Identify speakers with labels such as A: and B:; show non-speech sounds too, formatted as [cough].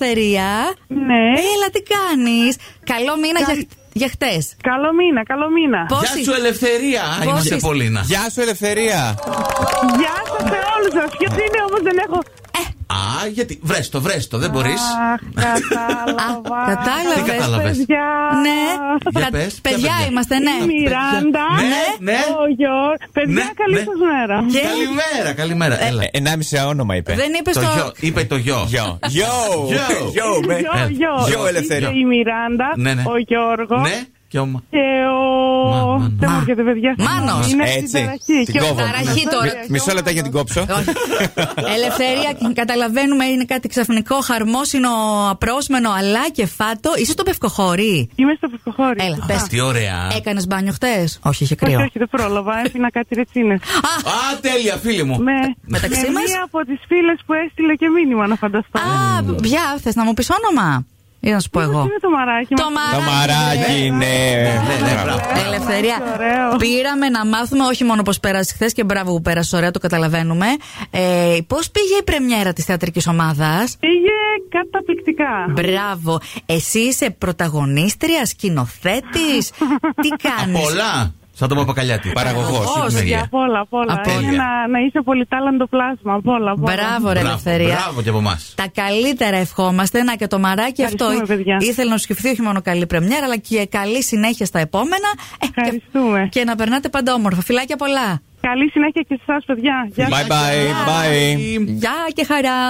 A: ελευθερία.
B: Ναι.
A: Έλα, τι κάνεις. Καλό μήνα
B: Κα-
A: για, για χτες.
B: Καλό μήνα, καλό μήνα.
C: Γεια σου, ελευθερία!
A: Πόσοι-
C: Είμαστε πολλοί να.
D: Γεια σου, Ελευθερία.
B: Γεια σας σε όλους σας. Ποιος είναι όμως δεν έχω.
C: Α, γιατί. Βρες το, βρες το, δεν μπορεί.
B: Αχ, κατάλαβα.
A: Α, [laughs] κατάλαβες.
C: Τι κατάλαβες?
B: Παιδιά.
A: Ναι.
C: [laughs] Για
A: Κα-
C: πες, ποια
A: παιδιά
C: παιδιά?
A: είμαστε, ναι.
B: Η [laughs] Μιράντα.
C: Ναι, ναι.
B: Ο Γιώργο. Παιδιά,
C: Ναι,
B: καλή
C: ναι.
B: σας μέρα.
A: Και
C: Καλημέρα, καλημέρα. Έλα.
D: Ε, Ενάμιση όνομα είπε.
A: δεν είπες
C: Το γιο,
A: το.
C: είπε το γιο.
D: Γιο. Γιο.
C: Γιο.
D: Γιο, με. ε,
B: Γιο, γιο.
D: Γιο, Ελευθερία.
B: Και η Μιράντα,
C: ε, Ναι, ναι.
B: ο Γιώργος
C: Ναι, και ο.
B: και ο.
C: Μα, μα,
B: Δεν
A: μα.
B: μου έρχεται, παιδιά.
A: Μάνος.
B: Είναι στην
D: Έτσι.
B: ταραχή.
D: Την
B: Και ο-
D: κόβω.
A: Ταραχή
D: Μι-
A: τώρα.
D: Μισό λεπτό για την κόψω.
A: Όχι. Ελευθερία, καταλαβαίνουμε είναι κάτι ξαφνικό, χαρμόσυνο, απρόσμενο, αλλά και φάτο. Είσαι το πευκοχώρι.
B: Είμαι στο Πευκοχώρι.
A: Έλα,
B: Α,
A: πες. Ε,
C: Τι ωραία.
A: Έκανες μπάνιο χτες. Όχι, είχε
B: Όχι,
A: κρύο.
B: όχι, δεν πρόλαβα. Έφυνα κάτι ρετσίνες.
A: Α,
C: Α, τέλεια, φίλη μου.
B: Με,
A: μεταξύ
B: με
A: μας?
B: μία από τις φίλες που έστειλε και μήνυμα να φανταστώ.
A: Α, ποια, θες να μου πεις όνομα. Ή να σου πω εγώ.
B: Είναι το μαράκι
A: Το
B: μας.
D: Το
A: μαράκι.
D: μαράκι, ναι.
C: Ναι, ναι,
D: Μπράβο.
C: μπράβο.
A: Ελευθερία.
B: τι ωραίο.
A: Πήραμε να μάθουμε όχι μόνο πώς πέρασε χθες και μπράβο που πέρασε ωραία, το καταλαβαίνουμε. Ε, πώς πήγε η πρεμιέρα της θεατρικής ομάδας.
B: Πήγε καταπληκτικά.
A: Μπράβο. Εσύ είσαι πρωταγωνίστρια, σκηνοθέτης.
B: [laughs]
A: Τι κάνει.
C: Πολλά. Σαν τον Παπακαλιάτη.
D: Παραγωγός.
C: Ναι,
A: παιδιά.
C: ναι.
B: Από όλα, απ' όλα.
A: Απ' όλα.
B: Είναι να, να είσαι πολύ τάλαντο πλάσμα. Από όλα, απ' όλα.
A: Μπράβο, ρε
C: Μπράβο,
A: Ελευθερία.
C: Μπράβο και από εμάς.
A: Τα καλύτερα ευχόμαστε. Να και το μαράκι αυτό
B: Ευχαριστούμε, παιδιά.
A: ήθελε να σου σκεφτεί όχι μόνο καλή πρεμιέρα, αλλά και καλή συνέχεια στα επόμενα. Ε, και-
B: Ευχαριστούμε.
A: Και, να περνάτε πάντα όμορφα. Φιλάκια πολλά.
B: Καλή συνέχεια και σε εσάς, παιδιά. Γεια σας.
D: Bye bye. Bye.
A: Γεια και χαρά.